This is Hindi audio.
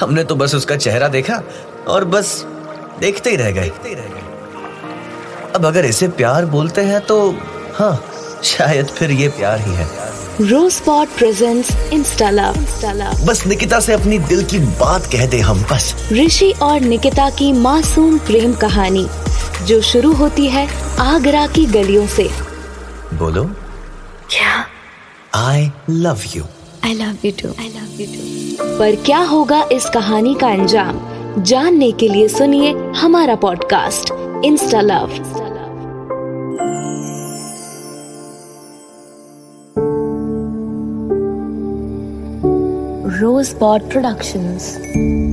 हमने तो बस उसका चेहरा देखा और बस देखते ही रह गए अब अगर इसे प्यार बोलते हैं तो हाँ शायद फिर ये प्यार ही है रोज pot present insta love insta love बस निकिता से अपनी दिल की बात कह दे हम बस ऋषि और निकिता की मासूम प्रेम कहानी जो शुरू होती है आगरा की गलियों से बोलो क्या I love you I love you too I love you too पर क्या होगा इस कहानी का अंजाम जानने के लिए सुनिए हमारा podcast insta love Rosebud Productions.